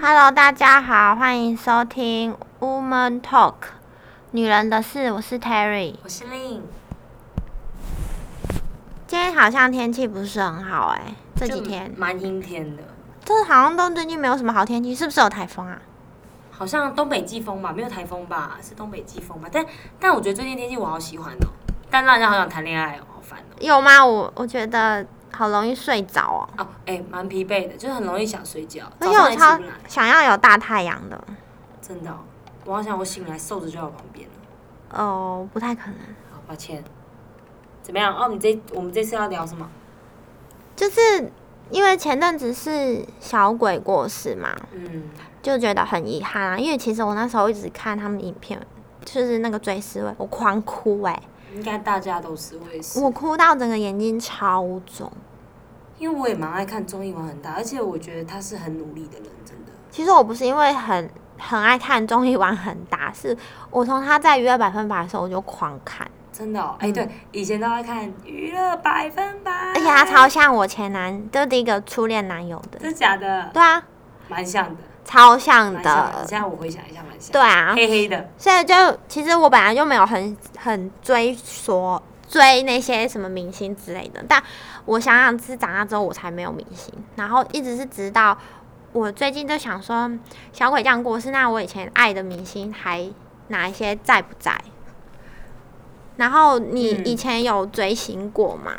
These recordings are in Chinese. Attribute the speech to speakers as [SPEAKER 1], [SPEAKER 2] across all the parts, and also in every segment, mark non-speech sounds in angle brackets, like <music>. [SPEAKER 1] Hello，大家好，欢迎收听 Woman Talk 女人的事，我是 Terry。
[SPEAKER 2] 我是令，
[SPEAKER 1] 今天好像天气不是很好哎、这
[SPEAKER 2] 就
[SPEAKER 1] 几天
[SPEAKER 2] 蛮阴天的，
[SPEAKER 1] 这好像都最近没有什么好天气，是不是有台风啊？
[SPEAKER 2] 好像东北季风吧，没有台风吧，是东北季风吧？但但我觉得最近天气我好喜欢哦，但让人家好想谈恋爱哦，好烦哦。
[SPEAKER 1] 有吗？我我觉得好容易睡着哦，
[SPEAKER 2] 哦，哎、蛮疲惫的，就是很容易想睡觉，
[SPEAKER 1] 而
[SPEAKER 2] 早
[SPEAKER 1] 且
[SPEAKER 2] 上
[SPEAKER 1] 我
[SPEAKER 2] 也起
[SPEAKER 1] 超
[SPEAKER 2] 不来，
[SPEAKER 1] 想要有大太阳的。
[SPEAKER 2] 真的哦、我好想我醒来瘦子就在我旁边了。
[SPEAKER 1] 哦，不太可能。
[SPEAKER 2] 好，抱歉。怎么样？哦，你这我们这次要聊什么？
[SPEAKER 1] 就是因为前阵子是小鬼过世嘛，
[SPEAKER 2] 嗯，
[SPEAKER 1] 就觉得很遗憾啊。因为其实我那时候一直看他们影片，就是那个追思会，我狂哭哎、
[SPEAKER 2] 应该大家都是，我也是，
[SPEAKER 1] 我哭到整个眼睛超肿。
[SPEAKER 2] 因为我也蛮爱看综艺玩很大，而且我觉得他是很努力的人，真的。
[SPEAKER 1] 其实我不是因为很很爱看综艺玩很大，是我从他在娱乐百分百的时候我就狂看，
[SPEAKER 2] 真的、哦，
[SPEAKER 1] 嗯
[SPEAKER 2] 哎、对，以前都爱看娱乐百分百，
[SPEAKER 1] 而且他哎超像我前男，就第一个初恋男友的。
[SPEAKER 2] 真假的，
[SPEAKER 1] 对啊，
[SPEAKER 2] 蛮像的，
[SPEAKER 1] 超像
[SPEAKER 2] 蛮像的。
[SPEAKER 1] 嗯的。
[SPEAKER 2] 现在我回想一下，蛮像
[SPEAKER 1] 对
[SPEAKER 2] 的，
[SPEAKER 1] 啊，
[SPEAKER 2] 黑黑的，
[SPEAKER 1] 所以就其实我本来就没有很很追索追那些什么明星之类的，但我想想是长大之后我才没有明星，然后一直是直到我最近就想说小鬼这样过世，那我以前爱的明星还哪一些在不在？然后你
[SPEAKER 2] 嗯
[SPEAKER 1] 以前有追星过吗？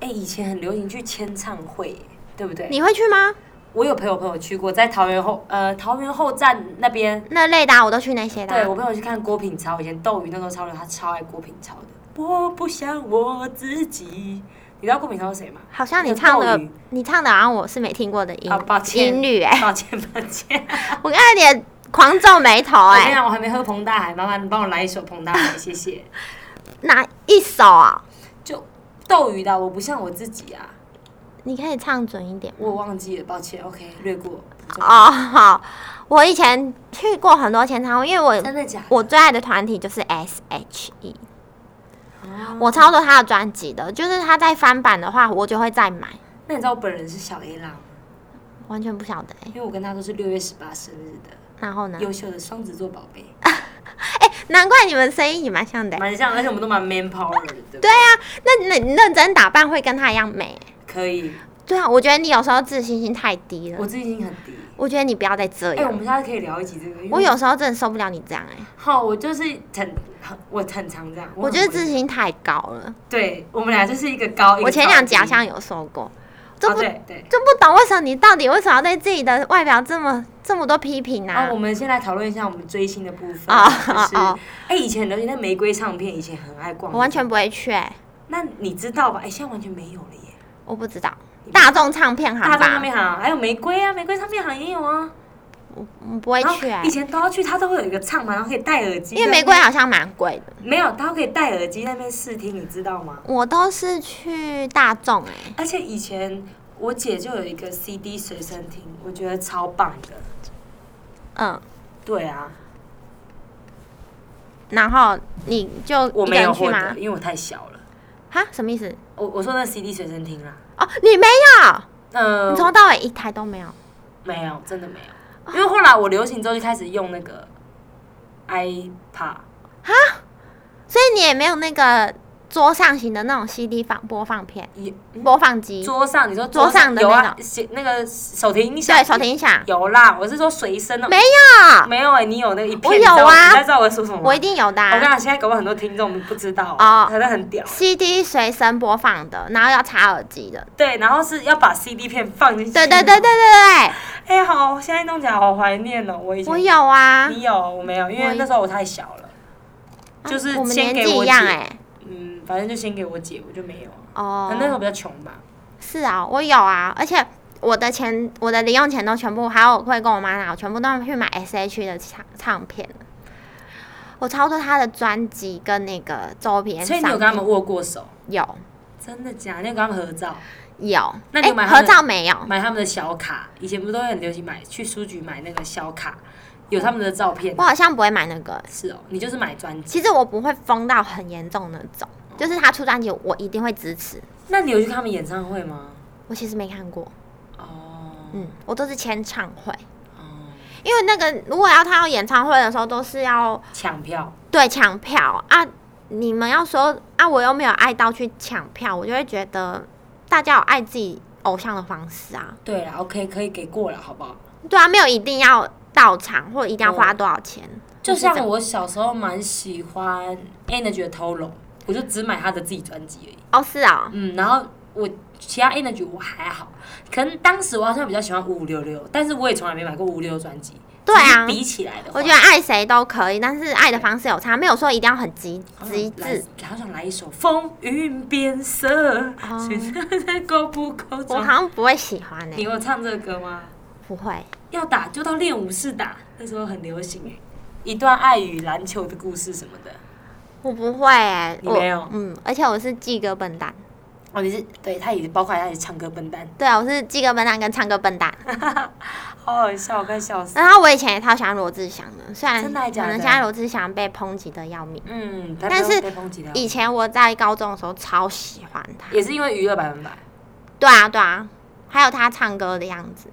[SPEAKER 2] 哎、以前很流行去签唱会，对不对？
[SPEAKER 1] 你会去
[SPEAKER 2] 嗯
[SPEAKER 1] 吗？
[SPEAKER 2] 我有朋友朋友去过，在桃园后呃桃园后站那边，
[SPEAKER 1] 那类的啊、我都去那些的啊、
[SPEAKER 2] 对我朋友去看郭品超，以前斗鱼那时候超流，他超爱郭品超的。我不想我自己，你知道郭品超是谁吗？
[SPEAKER 1] 好像你
[SPEAKER 2] 那个
[SPEAKER 1] 唱
[SPEAKER 2] 斗
[SPEAKER 1] 的
[SPEAKER 2] 鱼，
[SPEAKER 1] 你唱的好像我是没听过的音、
[SPEAKER 2] 啊，抱歉，
[SPEAKER 1] 音律哎、
[SPEAKER 2] 抱歉抱
[SPEAKER 1] <laughs>
[SPEAKER 2] 歉。
[SPEAKER 1] 我刚才脸狂皱眉头
[SPEAKER 2] 我
[SPEAKER 1] 哎、
[SPEAKER 2] 跟你讲，我还没喝彭大海，麻烦你帮我来一首彭大海，谢谢。
[SPEAKER 1] 哪一首啊？
[SPEAKER 2] 就斗鱼的，我不像我自己啊，
[SPEAKER 1] 你可以唱准一点吗。
[SPEAKER 2] 我忘记了，抱歉，OK，略过。不重要
[SPEAKER 1] 哦，好，我以前去过很多前场，因为
[SPEAKER 2] 真的假的？
[SPEAKER 1] 我我最爱的团体就是 S.H.E，
[SPEAKER 2] 啊
[SPEAKER 1] 我超多他的专辑的，就是他在翻版的话，我就会再买，
[SPEAKER 2] 那你知道我本人是小 A 啦吗，
[SPEAKER 1] 完全不晓得、欸。
[SPEAKER 2] 因为我跟他都是六月十八生日的，
[SPEAKER 1] 然后呢？
[SPEAKER 2] 优秀的双子座宝贝，
[SPEAKER 1] 难怪你们声音也蛮像的欸、
[SPEAKER 2] 蛮像，而且我们都蛮 man power 的，对不
[SPEAKER 1] 对？啊，那那你认真打扮会跟他一样美欸、
[SPEAKER 2] 可以，
[SPEAKER 1] 对啊，我觉得你有时候自信心太低了，
[SPEAKER 2] 我
[SPEAKER 1] 我
[SPEAKER 2] 自己已经很低。
[SPEAKER 1] 觉得你不要再这
[SPEAKER 2] 哎，我
[SPEAKER 1] 样。
[SPEAKER 2] 们下次可以聊一集这个。因为
[SPEAKER 1] 我有时候真的受不了你这样哎、
[SPEAKER 2] 好，我就是很很我很常这样。
[SPEAKER 1] 我
[SPEAKER 2] 很
[SPEAKER 1] 觉得
[SPEAKER 2] 会
[SPEAKER 1] 自信心太高了。
[SPEAKER 2] 对我们俩就是一个高，一个
[SPEAKER 1] 我前两集好
[SPEAKER 2] 高低
[SPEAKER 1] 像有说过，这
[SPEAKER 2] 哦
[SPEAKER 1] 不
[SPEAKER 2] 对对。
[SPEAKER 1] 就不懂为什么你到底为什么要对自己的外表这么这么多批评
[SPEAKER 2] 啊
[SPEAKER 1] 啊，
[SPEAKER 2] 我？们先来讨论一下我们追星的部分。
[SPEAKER 1] 哦
[SPEAKER 2] 就是，哎、
[SPEAKER 1] 哦
[SPEAKER 2] 以前很流行那玫瑰唱片，以前很爱逛。
[SPEAKER 1] 我完全不会去、欸，
[SPEAKER 2] 那你知道吧？哎、现在完全没有了耶。
[SPEAKER 1] 我不知道。大众唱片行
[SPEAKER 2] 大众唱
[SPEAKER 1] 吧，
[SPEAKER 2] 片行还有玫瑰啊，玫瑰唱片行也有啊。
[SPEAKER 1] 我我不会
[SPEAKER 2] 然后
[SPEAKER 1] 去、欸
[SPEAKER 2] 以，前都要去，它都会有一个唱盘，然后可以戴耳机。
[SPEAKER 1] 因为玫瑰啊好像蛮贵的。
[SPEAKER 2] 没有，它可以戴耳机在那边试听，你知道吗？
[SPEAKER 1] 我都是去大众哎、
[SPEAKER 2] 而且以前我姐就有一个 CD 随身听，我觉得超棒的。
[SPEAKER 1] 嗯，
[SPEAKER 2] 对啊，
[SPEAKER 1] 然后你就
[SPEAKER 2] 我
[SPEAKER 1] 一个
[SPEAKER 2] 没有
[SPEAKER 1] 人去
[SPEAKER 2] 获
[SPEAKER 1] 吗
[SPEAKER 2] 得，？因为我太小了。
[SPEAKER 1] 哈，什么意思？
[SPEAKER 2] 我我说那 CD 随身听啦，
[SPEAKER 1] 哦，你没有，
[SPEAKER 2] 呃
[SPEAKER 1] 你，从头哦到尾一台都没有。
[SPEAKER 2] 没有，真的没有。因为后来我流行之后就开始用那个 iPad，
[SPEAKER 1] 所以你也没有那个桌上型的那种 CD 放播放片、
[SPEAKER 2] 也
[SPEAKER 1] 播放机，
[SPEAKER 2] 嗯桌上你说
[SPEAKER 1] 桌上的
[SPEAKER 2] 有
[SPEAKER 1] 那
[SPEAKER 2] 啊
[SPEAKER 1] 种，
[SPEAKER 2] 写那个手提音响，
[SPEAKER 1] 对，手提音响
[SPEAKER 2] 有啦，我是说随身的，
[SPEAKER 1] 没有，
[SPEAKER 2] 没有哎、你有那一片，
[SPEAKER 1] 我
[SPEAKER 2] 你知道
[SPEAKER 1] 有啊
[SPEAKER 2] 你大家知道我在说什么吗？
[SPEAKER 1] 我一定有的
[SPEAKER 2] 我
[SPEAKER 1] 啊、
[SPEAKER 2] 跟你讲，现在搞不好很多听众不知道
[SPEAKER 1] 哦
[SPEAKER 2] 哦，真的很屌。
[SPEAKER 1] CD 随身播放的，然后要插耳机的。
[SPEAKER 2] 对，然后是要把 CD 片放进去。
[SPEAKER 1] 对对对对对。对
[SPEAKER 2] 哎、好，现在弄起来好怀念哦，我以
[SPEAKER 1] 对，
[SPEAKER 2] 前
[SPEAKER 1] 我有啊，
[SPEAKER 2] 你有，我没有，因
[SPEAKER 1] 我
[SPEAKER 2] 为
[SPEAKER 1] 有
[SPEAKER 2] 那时候我太小了，
[SPEAKER 1] 啊
[SPEAKER 2] 就是
[SPEAKER 1] 我们年
[SPEAKER 2] 先给
[SPEAKER 1] 纪
[SPEAKER 2] 我
[SPEAKER 1] 一样
[SPEAKER 2] 姐
[SPEAKER 1] 哎、
[SPEAKER 2] 嗯，反正就先给我姐，我就没有。
[SPEAKER 1] 哦
[SPEAKER 2] 那，那时候比较穷吧。
[SPEAKER 1] 是啊，我有啊，而且我的钱，我的零用钱都全部，还有我会跟我妈拿，我全部都去买 S H 的唱唱片了我操作他的专辑跟那个周边
[SPEAKER 2] 所以
[SPEAKER 1] 商
[SPEAKER 2] 你有跟他
[SPEAKER 1] 品，
[SPEAKER 2] 们握过手？
[SPEAKER 1] 有
[SPEAKER 2] 真的假的？你有跟他们合照，
[SPEAKER 1] 有，
[SPEAKER 2] 那你有
[SPEAKER 1] 诶
[SPEAKER 2] 买他
[SPEAKER 1] 合
[SPEAKER 2] 们的
[SPEAKER 1] 照没有？
[SPEAKER 2] 买他们的小卡？以前不都会很流行买去书局买那个小卡，有他们的照片
[SPEAKER 1] 我。好像不会买那个、
[SPEAKER 2] 是哦，你就是买专辑。
[SPEAKER 1] 其实我不会疯到很严重那种，就是他出专辑我一定会支持。
[SPEAKER 2] 那你有去看他们演唱会吗？
[SPEAKER 1] 我其实没看过，
[SPEAKER 2] 哦，
[SPEAKER 1] 嗯，我都是签唱会，
[SPEAKER 2] 嗯，
[SPEAKER 1] 因为那个如果要他要演唱会的时候，都是要
[SPEAKER 2] 抢票，
[SPEAKER 1] 对抢票啊。你们要说啊，我又没有爱到去抢票，我就会觉得大家有爱自己偶像的方式啊。
[SPEAKER 2] 对了，OK，可以给过了，好不好？
[SPEAKER 1] 对啊，没有一定要到场或一定要花多少钱，
[SPEAKER 2] 哦就是
[SPEAKER 1] 这样
[SPEAKER 2] 像我小时候蛮喜欢 Energy 的偷龙，我就只买他的自己专辑而已。
[SPEAKER 1] 哦，是啊、
[SPEAKER 2] 嗯，然后我其他 Energy 我还好，可能当时我好像比较喜欢五五六六，但是我也从来没买过五六专辑。
[SPEAKER 1] 对啊
[SPEAKER 2] 只是比起来的话，
[SPEAKER 1] 我觉得爱谁都可以，但是爱的方式有差，没有说一定要很极
[SPEAKER 2] 好想
[SPEAKER 1] 极
[SPEAKER 2] 来
[SPEAKER 1] 致。，
[SPEAKER 2] 好想来一首《风云变色》，
[SPEAKER 1] 哦
[SPEAKER 2] 谁知道够不够
[SPEAKER 1] 我
[SPEAKER 2] 壮？
[SPEAKER 1] 好像不会喜欢呢、
[SPEAKER 2] 你有唱这个歌吗？
[SPEAKER 1] 不会。
[SPEAKER 2] 要打就到练武室打，那时候很流行。欸一段爱与篮球的故事什么的，
[SPEAKER 1] 我不会哎、
[SPEAKER 2] 你
[SPEAKER 1] 我
[SPEAKER 2] 没有
[SPEAKER 1] 嗯，而且我是记歌笨蛋，
[SPEAKER 2] 哦，你是对他也是包括他也是唱歌笨蛋，
[SPEAKER 1] 对啊，我是记歌笨蛋跟唱歌笨蛋。
[SPEAKER 2] 好好笑，我快笑死。
[SPEAKER 1] 然后我以前也超喜欢罗志祥的，虽然
[SPEAKER 2] 真
[SPEAKER 1] 可
[SPEAKER 2] 的还假的
[SPEAKER 1] 能现在罗志祥被抨击的要命，
[SPEAKER 2] 嗯，他
[SPEAKER 1] 但
[SPEAKER 2] 不要
[SPEAKER 1] 是
[SPEAKER 2] 被抨击到
[SPEAKER 1] 以前我在高中的时候超喜欢他。
[SPEAKER 2] 也是因为娱乐百分百，
[SPEAKER 1] 对啊，对啊，还有他唱歌的样子，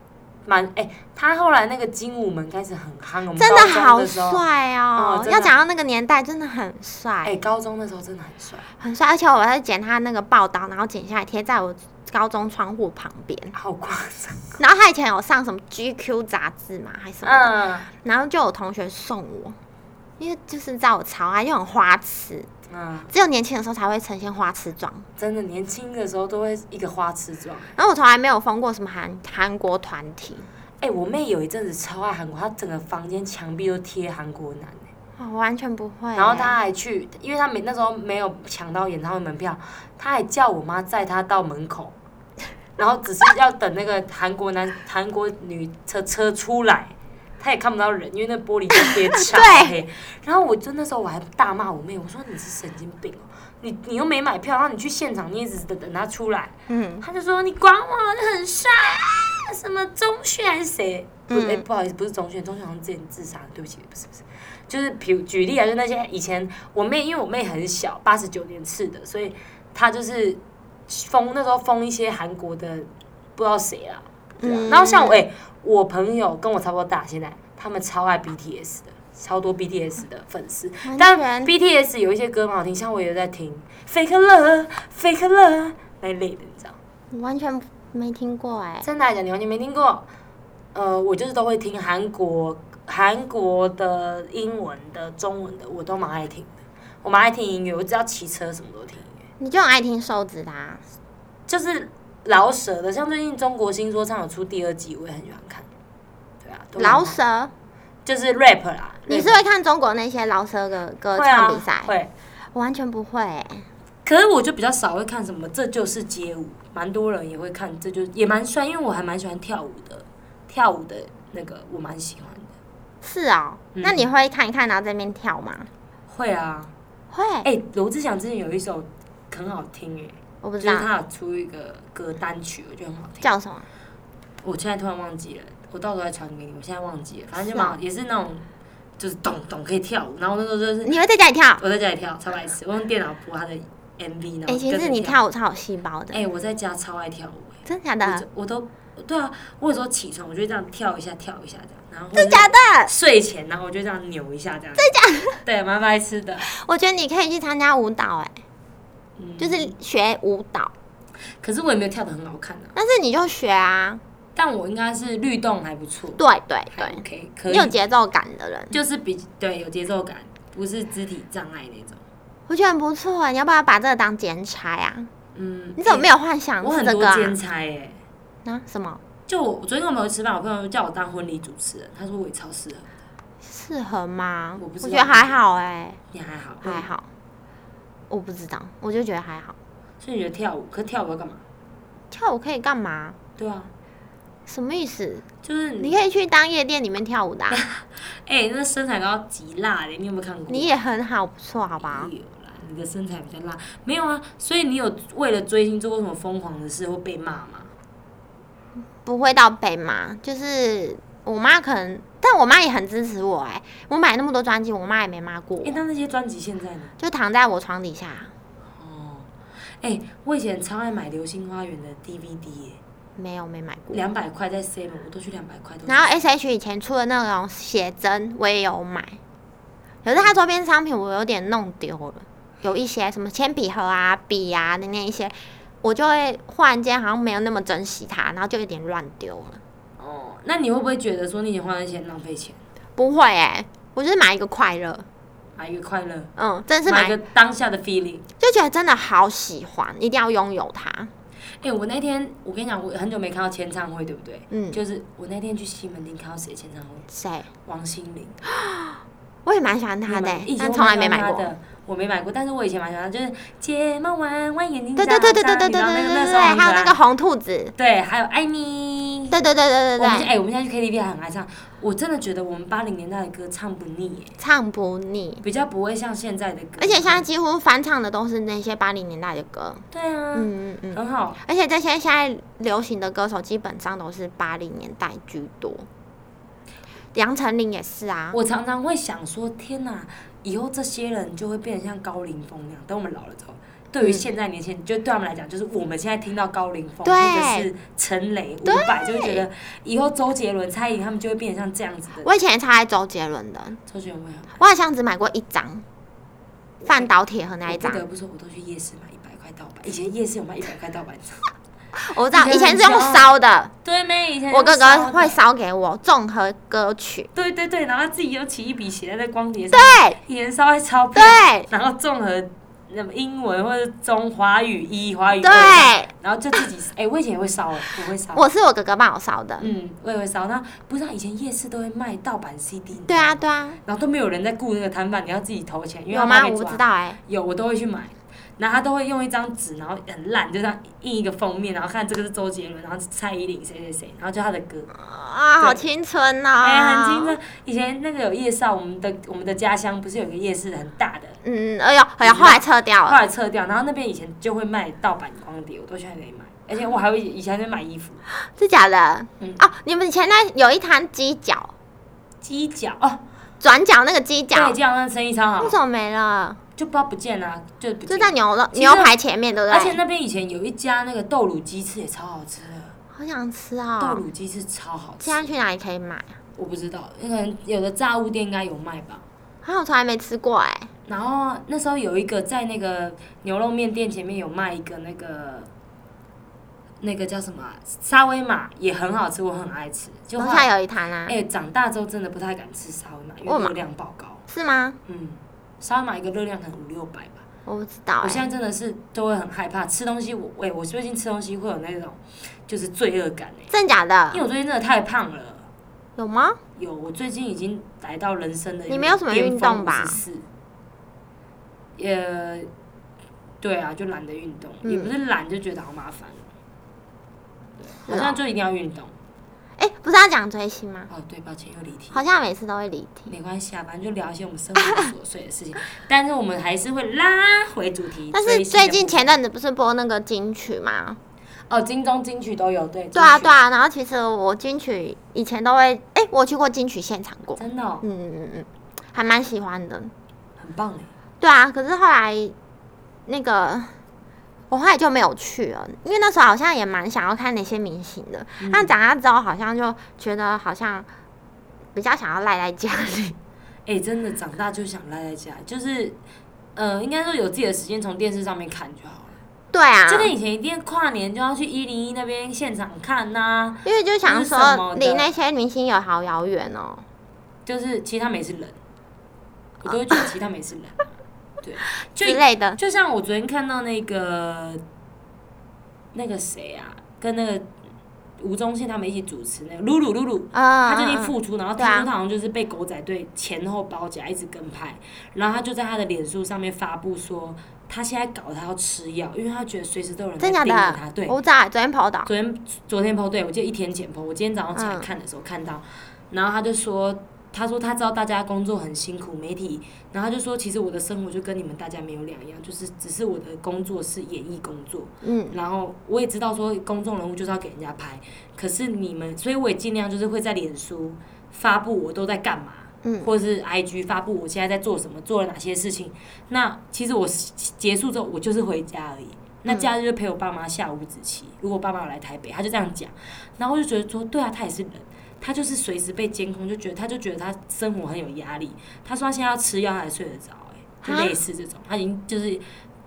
[SPEAKER 2] 蛮哎、他后来那个精武门开始很夯，我们
[SPEAKER 1] 真
[SPEAKER 2] 高中
[SPEAKER 1] 好
[SPEAKER 2] 时候，
[SPEAKER 1] 帅哦
[SPEAKER 2] 嗯！真的
[SPEAKER 1] 要讲到那个年代，真的很帅，
[SPEAKER 2] 哎、高中的时候真的很帅，
[SPEAKER 1] 很帅。而且我在剪他那个报道，然后剪下来贴在我高中窗户旁边。
[SPEAKER 2] 好夸张，
[SPEAKER 1] 然后他以前有上什么 GQ 杂志嘛，还是什么的
[SPEAKER 2] 嗯
[SPEAKER 1] 然后就有同学送我，因为就是在我潮爱，就很花痴，
[SPEAKER 2] 嗯，
[SPEAKER 1] 只有年轻的时候才会呈现花痴妆。
[SPEAKER 2] 真的年轻的时候都会一个花痴妆。
[SPEAKER 1] 然后我从来没有封过什么韩韩国团体，
[SPEAKER 2] 哎、我妹有一阵子超爱韩国，她整个房间墙壁都贴韩国男、
[SPEAKER 1] 哦我完全不会欸、
[SPEAKER 2] 然后她还去，因为她没那时候没有抢到演唱会门票，她还叫我妈载她到门口，然后只是要等那个韩国男、 <laughs> 韩国女车车出来，她也看不到人，因为那玻璃都贴超黑。然后我就那时候我还大骂我妹，我说你是神经病哦、你你又没买票，然后你去现场，你一直等等他出来，
[SPEAKER 1] 嗯，
[SPEAKER 2] 他就说你管我，很帅啊，什么钟铉还是谁？不，哎、
[SPEAKER 1] 嗯
[SPEAKER 2] 不好意思，不是钟铉，钟铉好像之前自杀了，对不起，不是不是，就是比如举例啊，就那些以前我妹，因为我妹很小，八十九年次的，所以她就是封那时候封一些韩国的，不知道谁啊，对啊
[SPEAKER 1] 嗯
[SPEAKER 2] 然后像我，哎、我朋友跟我差不多大，现在他们超爱 BTS 的。超多 BTS 的粉丝，
[SPEAKER 1] 完
[SPEAKER 2] 但
[SPEAKER 1] 全
[SPEAKER 2] BTS 有一些歌蛮好听，像我也有在听《Fake Love》《Fake Love》那一类的，你知道吗？
[SPEAKER 1] 我完全没听过哎、
[SPEAKER 2] 真的来讲，你完全没听过。呃，我就是都会听韩国韩国的英文的、中文的，我都蛮爱听的。我蛮爱听音乐，我只要骑车什么都听音乐。
[SPEAKER 1] 你就很爱听瘦子的、啊，
[SPEAKER 2] 就是老舍的，像最近中国新说唱有出第二季，我也很喜欢看。对啊，都蛮好
[SPEAKER 1] 饶舌，
[SPEAKER 2] 就是 rap 啦。
[SPEAKER 1] 你是
[SPEAKER 2] rap
[SPEAKER 1] 会看中国那些饶舌歌歌
[SPEAKER 2] 会啊
[SPEAKER 1] 唱比赛？
[SPEAKER 2] 会。
[SPEAKER 1] 我完全不会、欸，
[SPEAKER 2] 可是我就比较少会看什么，这就是街舞，蛮多人也会看，这就也蛮帅，因为我还蛮喜欢跳舞的，跳舞的那个我蛮喜欢的。
[SPEAKER 1] 是哦，
[SPEAKER 2] 嗯
[SPEAKER 1] 那你会看一看，然后在那边跳吗？
[SPEAKER 2] 会啊，
[SPEAKER 1] 会，
[SPEAKER 2] 哎、罗志祥之前有一首很好听哎、
[SPEAKER 1] 我不知
[SPEAKER 2] 就
[SPEAKER 1] 道
[SPEAKER 2] 是他有出一个歌单曲，我觉得很好听。
[SPEAKER 1] 叫什么。
[SPEAKER 2] 我现在突然忘记了，我到时候再传给你。我现在忘记了，反正就蛮好，
[SPEAKER 1] 是啊
[SPEAKER 2] 也是那种就是咚咚可以跳舞。然后我那时候就是
[SPEAKER 1] 你会在家里跳？
[SPEAKER 2] 我在家里跳，超白痴，我用电脑播他的 MV，然
[SPEAKER 1] 哎、
[SPEAKER 2] 后
[SPEAKER 1] 其
[SPEAKER 2] 嗯跟
[SPEAKER 1] 实
[SPEAKER 2] 着
[SPEAKER 1] 你
[SPEAKER 2] 跳。
[SPEAKER 1] 跳舞超有细胞的，
[SPEAKER 2] 哎、我在家超爱跳舞、
[SPEAKER 1] 真假
[SPEAKER 2] 欸，我
[SPEAKER 1] 的？啊
[SPEAKER 2] 就我都对啊，我有时候起床我就这样跳一下跳一下这样，然后或者
[SPEAKER 1] 真
[SPEAKER 2] 是
[SPEAKER 1] 假的？
[SPEAKER 2] 睡前然后我就这样扭一下这样，真假对，蛮白痴的，
[SPEAKER 1] 我觉得你可以去参加舞蹈、哎，
[SPEAKER 2] 嗯，
[SPEAKER 1] 就是学舞蹈，
[SPEAKER 2] 可是我也没有跳的很好看啊。
[SPEAKER 1] 但是你就学啊，
[SPEAKER 2] 但我应该是律动还不错，
[SPEAKER 1] 对对
[SPEAKER 2] 还
[SPEAKER 1] 对，
[SPEAKER 2] ，OK，可
[SPEAKER 1] 你有
[SPEAKER 2] 以，
[SPEAKER 1] 节奏感的人，
[SPEAKER 2] 就是比对有节奏感，不是肢体障碍那种。
[SPEAKER 1] 我觉得很不错、哎，你要不要把这个当兼差啊？
[SPEAKER 2] 嗯，
[SPEAKER 1] 你怎么没
[SPEAKER 2] 有？
[SPEAKER 1] 有幻想
[SPEAKER 2] 我很
[SPEAKER 1] 这
[SPEAKER 2] 多
[SPEAKER 1] 个啊？
[SPEAKER 2] 兼差耶、
[SPEAKER 1] 啊什么
[SPEAKER 2] 就我我昨天跟我朋友吃饭，我朋友叫我当婚礼主持人，他说我也超适合。
[SPEAKER 1] 适合吗？
[SPEAKER 2] 我不知道
[SPEAKER 1] 觉得还好、哎，
[SPEAKER 2] 你还好，
[SPEAKER 1] 还。好，我不知道，我就觉得还好。
[SPEAKER 2] 所以你觉得跳舞，可是跳舞要干嘛？
[SPEAKER 1] 跳舞可以干嘛？
[SPEAKER 2] 对啊，
[SPEAKER 1] 什么意思？
[SPEAKER 2] 就是
[SPEAKER 1] 你
[SPEAKER 2] 你
[SPEAKER 1] 可以去当夜店里面跳舞的啊、
[SPEAKER 2] 哎、那身材高极辣的，你有没有看过？
[SPEAKER 1] 你也很好，不错，好吧？
[SPEAKER 2] 有啦，你的身材比较辣，没有啊？所以你有为了追星做过什么疯狂的事或被骂吗？
[SPEAKER 1] 不会到北骂，就是我妈可能，但我妈也很支持我哎、我买那么多专辑，我妈也没骂过
[SPEAKER 2] 哎、
[SPEAKER 1] 我，
[SPEAKER 2] 那那些专辑现在呢？
[SPEAKER 1] 就躺在我床底下。
[SPEAKER 2] 哦，哎、我以前超爱买《流星花园》的 DVD 耶、
[SPEAKER 1] 没有没买过。
[SPEAKER 2] 两百块在 seven，我都去两百块都。
[SPEAKER 1] 然后 S H 以前出的那种写真，我也有买，可是它周边商品我有点弄丢了，有一些什么铅笔盒啊、笔啊的那一些，我就会忽然间好像没有那么珍惜它，然后就有点乱丢了。
[SPEAKER 2] 哦，那你会不会觉得说你花那钱浪费钱，
[SPEAKER 1] 不会哎、我就是买一个快乐，
[SPEAKER 2] 买一个快乐，
[SPEAKER 1] 嗯，真的是
[SPEAKER 2] 买
[SPEAKER 1] 买，
[SPEAKER 2] 一个当下的 feeling？
[SPEAKER 1] 就觉得真的好喜欢，一定要拥有它。
[SPEAKER 2] 哎、我那天我跟你讲，我很久没看到签唱会，对不对？
[SPEAKER 1] 嗯，
[SPEAKER 2] 就是我那天去西门町看到谁签唱会，
[SPEAKER 1] 谁？
[SPEAKER 2] 王心凌。
[SPEAKER 1] 我也蛮喜欢它的、欸，
[SPEAKER 2] 以前
[SPEAKER 1] 但
[SPEAKER 2] 我
[SPEAKER 1] 从来没
[SPEAKER 2] 蛮喜
[SPEAKER 1] 买
[SPEAKER 2] 欢
[SPEAKER 1] 过
[SPEAKER 2] 他。的，我没买过，但是我以前蛮喜欢他，就是睫毛弯弯，眼睛
[SPEAKER 1] 对
[SPEAKER 2] 眨
[SPEAKER 1] 对
[SPEAKER 2] 眨，
[SPEAKER 1] 对对对对对
[SPEAKER 2] 你
[SPEAKER 1] 对
[SPEAKER 2] 知道
[SPEAKER 1] 对
[SPEAKER 2] 那个
[SPEAKER 1] 对
[SPEAKER 2] 那首
[SPEAKER 1] 对，
[SPEAKER 2] 很
[SPEAKER 1] 还
[SPEAKER 2] 啊
[SPEAKER 1] 有
[SPEAKER 2] 可
[SPEAKER 1] 那
[SPEAKER 2] 爱
[SPEAKER 1] 个红兔子，
[SPEAKER 2] 对，还有爱你。
[SPEAKER 1] 对对对对对
[SPEAKER 2] 我们
[SPEAKER 1] 对，
[SPEAKER 2] 现哎、我们现在去 KTV 还很爱唱，我真的觉得我们八零年代的歌唱不腻耶，
[SPEAKER 1] 唱不腻。
[SPEAKER 2] 比较不会像现在的歌。
[SPEAKER 1] 而且现在几乎翻唱的都是那些八零年代的歌，
[SPEAKER 2] 对啊，
[SPEAKER 1] 嗯嗯嗯，
[SPEAKER 2] 很好。
[SPEAKER 1] 而且这些现在流行的歌手基本上都是八零年代居多，杨丞琳也是啊，
[SPEAKER 2] 我常常会想说，天哪，以后这些人就会变得像高凌风那样。等我们老了之后，对于
[SPEAKER 1] 嗯
[SPEAKER 2] 现在年轻人，就对他们来讲，就是我们现在听到高凌风
[SPEAKER 1] 对
[SPEAKER 2] 或者是陈雷、伍佰，就会觉得以后周杰伦、蔡依林他们就会变得像这样子的。
[SPEAKER 1] 我以前也超爱周杰伦的，
[SPEAKER 2] 周杰伦我也
[SPEAKER 1] 我好像只买过一张《半岛铁盒》那一
[SPEAKER 2] 我不
[SPEAKER 1] 张，
[SPEAKER 2] 得不说，我都去夜市买一百块盗版。以前夜市有卖一百块盗版，
[SPEAKER 1] 我知道
[SPEAKER 2] 以前
[SPEAKER 1] 以前是用
[SPEAKER 2] 很骄傲
[SPEAKER 1] 烧的，
[SPEAKER 2] 对妹，以前
[SPEAKER 1] 我哥
[SPEAKER 2] 烧
[SPEAKER 1] 哥
[SPEAKER 2] 的
[SPEAKER 1] 会。烧给我综合歌曲，
[SPEAKER 2] 对对对，然后自己又起一笔写在那光碟上，
[SPEAKER 1] 对
[SPEAKER 2] 以前烧在钞票，
[SPEAKER 1] 对
[SPEAKER 2] 然后综合那么英文或者中华语一、华语二
[SPEAKER 1] 对，
[SPEAKER 2] 然后就自己，哎、我以前也会烧，哎，我会烧，
[SPEAKER 1] 我是我哥哥帮我烧的，
[SPEAKER 2] 嗯，我也会烧。那不知啊道以前夜市都会卖盗版 CD，
[SPEAKER 1] 对啊，对啊，
[SPEAKER 2] 然后都没有人在雇那个摊贩，你要自己投钱，因为
[SPEAKER 1] 有
[SPEAKER 2] 他
[SPEAKER 1] 吗？
[SPEAKER 2] 怕被
[SPEAKER 1] 我不
[SPEAKER 2] 抓
[SPEAKER 1] 知，道哎，
[SPEAKER 2] 有我都会去买。然后他都会用一张纸，然后很烂，就这样印一个封面，然后看这个是周杰伦，然后是蔡依林谁谁谁，然后就他的歌，
[SPEAKER 1] 啊，好青春哦，
[SPEAKER 2] 哎、很青春。以前那个有夜少，我们的我们的家乡不是有一个夜市很大的，
[SPEAKER 1] 嗯，哎呦，哎呦，后来撤掉
[SPEAKER 2] 后
[SPEAKER 1] 了。
[SPEAKER 2] 来撤掉，然后那边以前就会卖盗版光碟，我都去那里买，而且我还会以前还会买衣服，
[SPEAKER 1] 是假的？
[SPEAKER 2] 嗯
[SPEAKER 1] 哦，你们以前那有一摊鸡脚，
[SPEAKER 2] 鸡脚哦，
[SPEAKER 1] 转角那个鸡
[SPEAKER 2] 对，
[SPEAKER 1] 脚，
[SPEAKER 2] 鸡脚那生意超好
[SPEAKER 1] 为，什么没了？
[SPEAKER 2] 就不知道不见了、啊就不
[SPEAKER 1] 就
[SPEAKER 2] 见
[SPEAKER 1] 在牛肉
[SPEAKER 2] 其实
[SPEAKER 1] 牛排前面，对不
[SPEAKER 2] 而且
[SPEAKER 1] 对？
[SPEAKER 2] 那边以前有一家那个豆乳鸡翅也超好吃的，
[SPEAKER 1] 好想吃
[SPEAKER 2] 豆
[SPEAKER 1] 哦！
[SPEAKER 2] 乳鸡翅超好吃
[SPEAKER 1] 现，在去哪里可以买？
[SPEAKER 2] 我不知道，那个有的炸物店应该有卖吧。
[SPEAKER 1] 好像我从来没吃过哎、
[SPEAKER 2] 然后那时候有一个在那个牛肉面店前面有卖一个那个那个叫什么啊沙威玛，也很好吃，我很爱吃。就
[SPEAKER 1] 楼
[SPEAKER 2] 后来
[SPEAKER 1] 下有一摊啊，
[SPEAKER 2] 哎、长大之后真的不太敢吃沙威玛，因
[SPEAKER 1] 我
[SPEAKER 2] 为
[SPEAKER 1] 买
[SPEAKER 2] 热量爆高。
[SPEAKER 1] 是吗？
[SPEAKER 2] 嗯，沙威玛一个热量可能五六百吧。
[SPEAKER 1] 我不知道
[SPEAKER 2] 我
[SPEAKER 1] 哎、
[SPEAKER 2] 现在真的是都会很害怕吃东西我，哎喂、我最近吃东西会有那种就是罪恶感哎、
[SPEAKER 1] 真假
[SPEAKER 2] 因为
[SPEAKER 1] 的？
[SPEAKER 2] 我最近真的太胖了。
[SPEAKER 1] 有吗？
[SPEAKER 2] 有，我最近已经来到人生的
[SPEAKER 1] 你没有什么运动吧
[SPEAKER 2] 呃，对啊，就懒得运动，
[SPEAKER 1] 嗯
[SPEAKER 2] 也不是懒，就觉得好麻烦。哦
[SPEAKER 1] 是
[SPEAKER 2] 好
[SPEAKER 1] 哦
[SPEAKER 2] 像就一定要运动。
[SPEAKER 1] 哎、不是要讲追星吗？
[SPEAKER 2] 哦，对，抱歉又离题。
[SPEAKER 1] 好像每次都会离题。
[SPEAKER 2] 没关系啊，反正就聊一些我们生活琐碎的事情，但是我们还是会拉回主题。
[SPEAKER 1] 但
[SPEAKER 2] 追
[SPEAKER 1] 是
[SPEAKER 2] 星的
[SPEAKER 1] 最近
[SPEAKER 2] 部分
[SPEAKER 1] 前阵子不是播那个金曲吗？
[SPEAKER 2] 哦，金钟、金曲都有，对。
[SPEAKER 1] 对啊，
[SPEAKER 2] 金曲
[SPEAKER 1] 对啊。然后其实我金曲以前都会，哎、我去过金曲现场过，
[SPEAKER 2] 真的哦、
[SPEAKER 1] 嗯嗯嗯嗯，还蛮喜欢的。
[SPEAKER 2] 很棒哎。
[SPEAKER 1] 对啊，可是后来那个我后来就没有去了，因为那时候好像也蛮想要看哪些明星的，
[SPEAKER 2] 嗯
[SPEAKER 1] 但长大之后好像就觉得好像比较想要赖在家里。
[SPEAKER 2] 哎、真的长大就想赖在家，就是，呃，应该说有自己的时间从电视上面看就好了。
[SPEAKER 1] 对啊，
[SPEAKER 2] 就跟以前一定跨年就要去一零一那边现场看呐、
[SPEAKER 1] 因为就想
[SPEAKER 2] 这是什么
[SPEAKER 1] 说
[SPEAKER 2] 的
[SPEAKER 1] 离那些明星有好遥远哦。
[SPEAKER 2] 就是其实他们也是人，我都会觉得其实他们也
[SPEAKER 1] <laughs>
[SPEAKER 2] 是人，对，
[SPEAKER 1] 之
[SPEAKER 2] 就
[SPEAKER 1] 类的，
[SPEAKER 2] 就像我昨天看到那个那个谁啊，跟那个吴宗宪他们一起主持那个露露露露。
[SPEAKER 1] 嗯，
[SPEAKER 2] 他最近
[SPEAKER 1] 嗯
[SPEAKER 2] 复出，然后
[SPEAKER 1] 对
[SPEAKER 2] 听
[SPEAKER 1] 啊
[SPEAKER 2] 说他好像就是被狗仔队前后包夹，一直跟拍。然后他就在他的脸书上面发布说，他现在搞他要吃药，因为他觉得随时都有人在
[SPEAKER 1] 真假
[SPEAKER 2] 盯着
[SPEAKER 1] 的
[SPEAKER 2] 他。对，，
[SPEAKER 1] 我不知道，昨天跑到，
[SPEAKER 2] 昨天昨天 PO 对我记得一天前 PO，我今天早上起来
[SPEAKER 1] 嗯
[SPEAKER 2] 看的时候看到，然后他就说，他说他知道大家工作很辛苦，媒体，然后他就说其实我的生活就跟你们大家没有两样，就是只是我的工作是演艺工作，
[SPEAKER 1] 嗯，
[SPEAKER 2] 然后我也知道说公众人物就是要给人家拍，可是你们，所以我也尽量就是会在脸书发布我都在干嘛，
[SPEAKER 1] 嗯
[SPEAKER 2] 或者是 IG 发布我现在在做什么，做了哪些事情。那其实我结束之后，我就是回家而已。那假日就陪我爸妈下五子棋，如果爸妈有来台北，他就这样讲，然后我就觉得说，对啊，他也是人。他就是随时被监控，就觉得他就觉得他生活很有压力。他说他现在要吃药，他还睡得着、欸，
[SPEAKER 1] 啊
[SPEAKER 2] 哎，就类似这种，他已经就是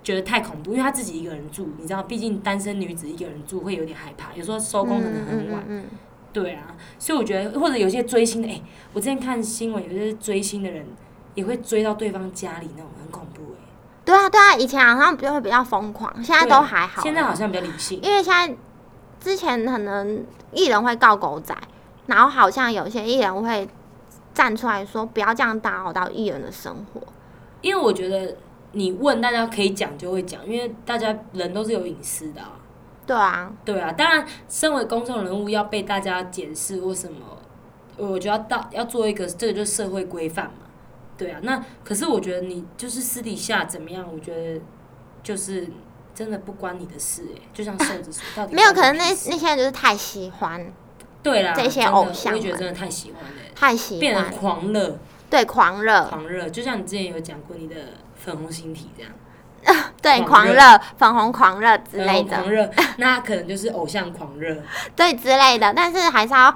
[SPEAKER 2] 觉得太恐怖，因为他自己一个人住，你知道，毕竟单身女子一个人住会有点害怕，有时候收工可能很晚，
[SPEAKER 1] 嗯
[SPEAKER 2] 对啊。所以我觉得，或者有些追星的，哎、我之前看新闻，有些追星的人也会追到对方家里那种，很恐怖哎、
[SPEAKER 1] 对啊，对啊，以前好像比较会比较疯狂，现在都还好。
[SPEAKER 2] 啊现在好像比较理性，
[SPEAKER 1] 因为现在之前可能艺人会告狗仔，然后好像有些艺人会站出来说不要这样打扰到艺人的生活。
[SPEAKER 2] 因为我觉得你问大家可以讲就会讲，因为大家人都是有隐私的、啊。
[SPEAKER 1] 对啊，
[SPEAKER 2] 对啊，当然，身为公众人物要被大家检视或什么，我觉得要到要做一个，这个就是社会规范嘛。对啊，那可是我觉得你就是私底下怎么样，我觉得就是真的不关你的事哎、就像瘦子说，到底
[SPEAKER 1] 没有，
[SPEAKER 2] 关
[SPEAKER 1] 可能那
[SPEAKER 2] 你屁事
[SPEAKER 1] 那些人就是太喜欢，
[SPEAKER 2] 对啦，
[SPEAKER 1] 这些
[SPEAKER 2] 真的
[SPEAKER 1] 偶像
[SPEAKER 2] 我也觉得
[SPEAKER 1] 们
[SPEAKER 2] 真的太喜欢了、
[SPEAKER 1] 太喜
[SPEAKER 2] 变
[SPEAKER 1] 欢呃
[SPEAKER 2] 成，狂热
[SPEAKER 1] 对狂
[SPEAKER 2] <laughs>
[SPEAKER 1] 热，
[SPEAKER 2] 狂热，就像你之前有讲过你的粉红星体这样，
[SPEAKER 1] 对
[SPEAKER 2] 狂
[SPEAKER 1] 狂
[SPEAKER 2] 热嗯
[SPEAKER 1] 热、粉红狂热之
[SPEAKER 2] 然后
[SPEAKER 1] 类的，
[SPEAKER 2] 呃狂热， <laughs> 那他可能就是偶像狂热。 <laughs>
[SPEAKER 1] 对之类的，但是还是要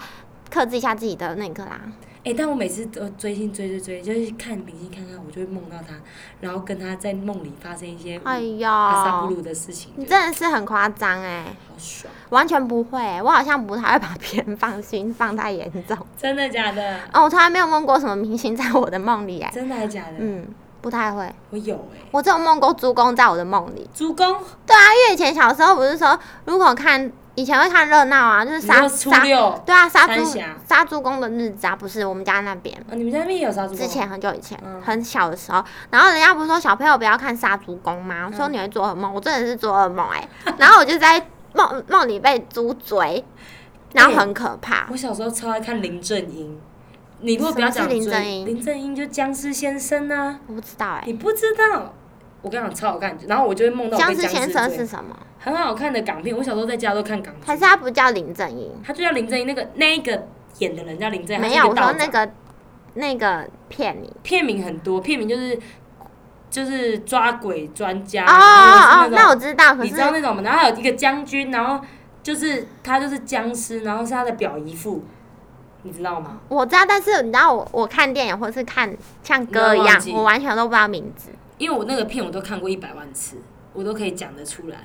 [SPEAKER 1] 克制一下自己的那个啦。
[SPEAKER 2] 哎、但我每次都追星追追追，就是看明星看看，我就会梦到他，然后跟他在梦里发生一些
[SPEAKER 1] 哎
[SPEAKER 2] 阿萨布
[SPEAKER 1] 呦，
[SPEAKER 2] 鲁的事情，
[SPEAKER 1] 你
[SPEAKER 2] 觉得
[SPEAKER 1] 真的是很夸张哎，
[SPEAKER 2] 好爽！
[SPEAKER 1] 完全不会、欸，我好像不太会把别人放心放太严
[SPEAKER 2] <laughs>
[SPEAKER 1] 重。
[SPEAKER 2] 真的假的？
[SPEAKER 1] 哦，我从来没有梦过什么明星在我的梦里哎、
[SPEAKER 2] 真的还假的？
[SPEAKER 1] 嗯，不太会。
[SPEAKER 2] 我有哎、
[SPEAKER 1] 我只有梦过猪公在我的梦里。
[SPEAKER 2] 朱公，
[SPEAKER 1] 对啊，因为以前小时候不是说，如果看以前会看热闹啊，就是
[SPEAKER 2] 你
[SPEAKER 1] 杀
[SPEAKER 2] 说初
[SPEAKER 1] 杀，
[SPEAKER 2] 六，
[SPEAKER 1] 对啊，杀
[SPEAKER 2] 三
[SPEAKER 1] 猪
[SPEAKER 2] 峡
[SPEAKER 1] 杀猪公的日子啊，不是我们家那边。
[SPEAKER 2] 哦，你们家那边也有杀猪公？
[SPEAKER 1] 之前很久以前，
[SPEAKER 2] 嗯
[SPEAKER 1] 很小的时候，然后人家不是说小朋友不要看杀猪公吗？我说
[SPEAKER 2] 嗯
[SPEAKER 1] 你会做噩梦，我真的是做噩梦哎、然后我就在梦梦里被猪追，然后
[SPEAKER 2] 哎
[SPEAKER 1] 很可怕。
[SPEAKER 2] 我小时候超爱看林正英。你如果不要
[SPEAKER 1] 什么
[SPEAKER 2] 讲
[SPEAKER 1] 是林
[SPEAKER 2] 追
[SPEAKER 1] 正英
[SPEAKER 2] 林正英就僵尸先生啊，
[SPEAKER 1] 我不知道哎、
[SPEAKER 2] 你不知道？我跟你讲超好看，然后我就会梦到我
[SPEAKER 1] 僵
[SPEAKER 2] 被
[SPEAKER 1] 尸
[SPEAKER 2] 僵
[SPEAKER 1] 先
[SPEAKER 2] 尸
[SPEAKER 1] 生是
[SPEAKER 2] 追，
[SPEAKER 1] 什么？
[SPEAKER 2] 很好看的港片。我小时候在家都看港剧。
[SPEAKER 1] 还是他不叫林正英？
[SPEAKER 2] 他就叫林正英，那个那一个演的人叫林正英，
[SPEAKER 1] 没有，我
[SPEAKER 2] 他
[SPEAKER 1] 说
[SPEAKER 2] 是一
[SPEAKER 1] 那
[SPEAKER 2] 道长
[SPEAKER 1] 个那个骗你
[SPEAKER 2] 片名很多，片名就是就是抓鬼专家，
[SPEAKER 1] 哦
[SPEAKER 2] 然后
[SPEAKER 1] 哦哦，
[SPEAKER 2] 啊就是
[SPEAKER 1] 那
[SPEAKER 2] 那
[SPEAKER 1] 我知道，
[SPEAKER 2] 种
[SPEAKER 1] 可
[SPEAKER 2] 你知
[SPEAKER 1] 是
[SPEAKER 2] 道那种吗？然后还有一个将军，然后就是他就是僵尸，然后是他的表姨父，你知道吗？
[SPEAKER 1] 我知道，但是你知道我我看电影或是看像歌
[SPEAKER 2] 你
[SPEAKER 1] 一
[SPEAKER 2] 都
[SPEAKER 1] 样
[SPEAKER 2] 忘记，
[SPEAKER 1] 我完全都不知道名字。
[SPEAKER 2] 因为我那个片我都看过一百万次，我都可以讲得出来。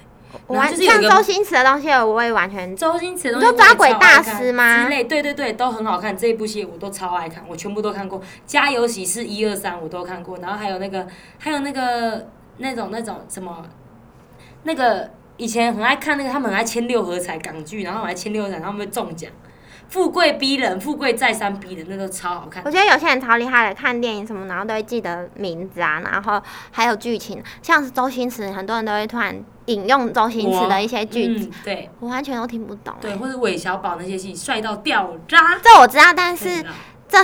[SPEAKER 1] 我
[SPEAKER 2] 哦然
[SPEAKER 1] 完
[SPEAKER 2] 后就是有
[SPEAKER 1] 像
[SPEAKER 2] 一
[SPEAKER 1] 周
[SPEAKER 2] 个
[SPEAKER 1] 星驰的东西，我也完全
[SPEAKER 2] 周星驰的东
[SPEAKER 1] 你
[SPEAKER 2] 西
[SPEAKER 1] 说
[SPEAKER 2] 我也
[SPEAKER 1] 抓鬼
[SPEAKER 2] 超爱
[SPEAKER 1] 大
[SPEAKER 2] 看
[SPEAKER 1] 师吗
[SPEAKER 2] 之类，对对对，都很好看。这一部戏我都超爱看，我全部都看过，《家有喜事》一二三我都看过，然后还有那个，还有那个那种那种什么，那个以前很爱看那个，他们很爱签六合彩港剧，然后很爱签六合彩，然后他们会中奖，《富贵逼人》《富贵再三逼人》，那都超好看
[SPEAKER 1] 我。觉得有些人超厉害的，看电影什么，然后都会记得名字啊，然后还有剧情。像是周星驰，很多人都会突然引用周星驰的一些句子，
[SPEAKER 2] 嗯，对
[SPEAKER 1] 我完全都听不懂、
[SPEAKER 2] 对，
[SPEAKER 1] 欸。
[SPEAKER 2] 或者韦小宝那些戏，帅到掉渣。
[SPEAKER 1] 这我知道，但
[SPEAKER 2] 你
[SPEAKER 1] 是
[SPEAKER 2] 知道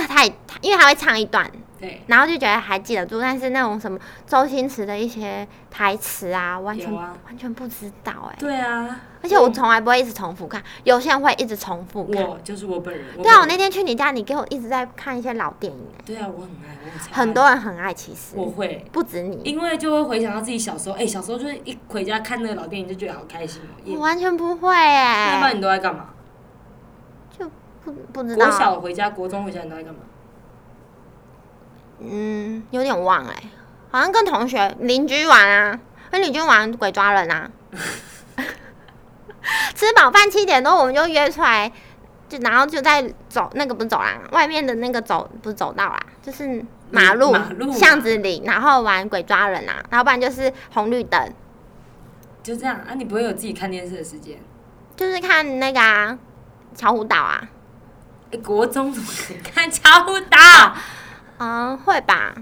[SPEAKER 1] 这太因为他会唱一段，
[SPEAKER 2] 对，
[SPEAKER 1] 然后就觉得还记得住，但是那种什么周星驰的一些台词啊，完全、
[SPEAKER 2] 有啊
[SPEAKER 1] 完全不知道哎、
[SPEAKER 2] 对啊，
[SPEAKER 1] 而且我从来不会一直重复看，有些人会一直重复看。
[SPEAKER 2] 我就是我本人。
[SPEAKER 1] 对啊，我
[SPEAKER 2] 本人
[SPEAKER 1] 那天去你家，你给我一直在看一些老电影、欸，
[SPEAKER 2] 对啊，我很爱，我超爱
[SPEAKER 1] 很多人很爱，其实
[SPEAKER 2] 我会，
[SPEAKER 1] 不止你，
[SPEAKER 2] 因为就会回想到自己小时候，哎、小时候就是一回家看那个老电影就觉得好开心哦、也
[SPEAKER 1] 我完全不会
[SPEAKER 2] 那
[SPEAKER 1] 哎、
[SPEAKER 2] 不然你都在干嘛？
[SPEAKER 1] 不不知
[SPEAKER 2] 国
[SPEAKER 1] 道，
[SPEAKER 2] 小回家，国中回家，你都在干嘛？
[SPEAKER 1] 嗯，有点忘哎、好像跟同学邻居玩啊，跟邻居玩鬼抓人啊。吃饱饭七点多我们就约出来，就然后就在走那个不是走廊，啊外面的那个走不是走道啦，就是马路、
[SPEAKER 2] 马路啊
[SPEAKER 1] 巷子里，然后玩鬼抓人啊，要不然就是红绿灯，
[SPEAKER 2] 就这样啊，你不会有自己看电视的时间。
[SPEAKER 1] 就是看那个啊，巧虎岛啊，
[SPEAKER 2] 哎、国中怎么可以看巧虎岛？
[SPEAKER 1] <laughs> 嗯，会吧，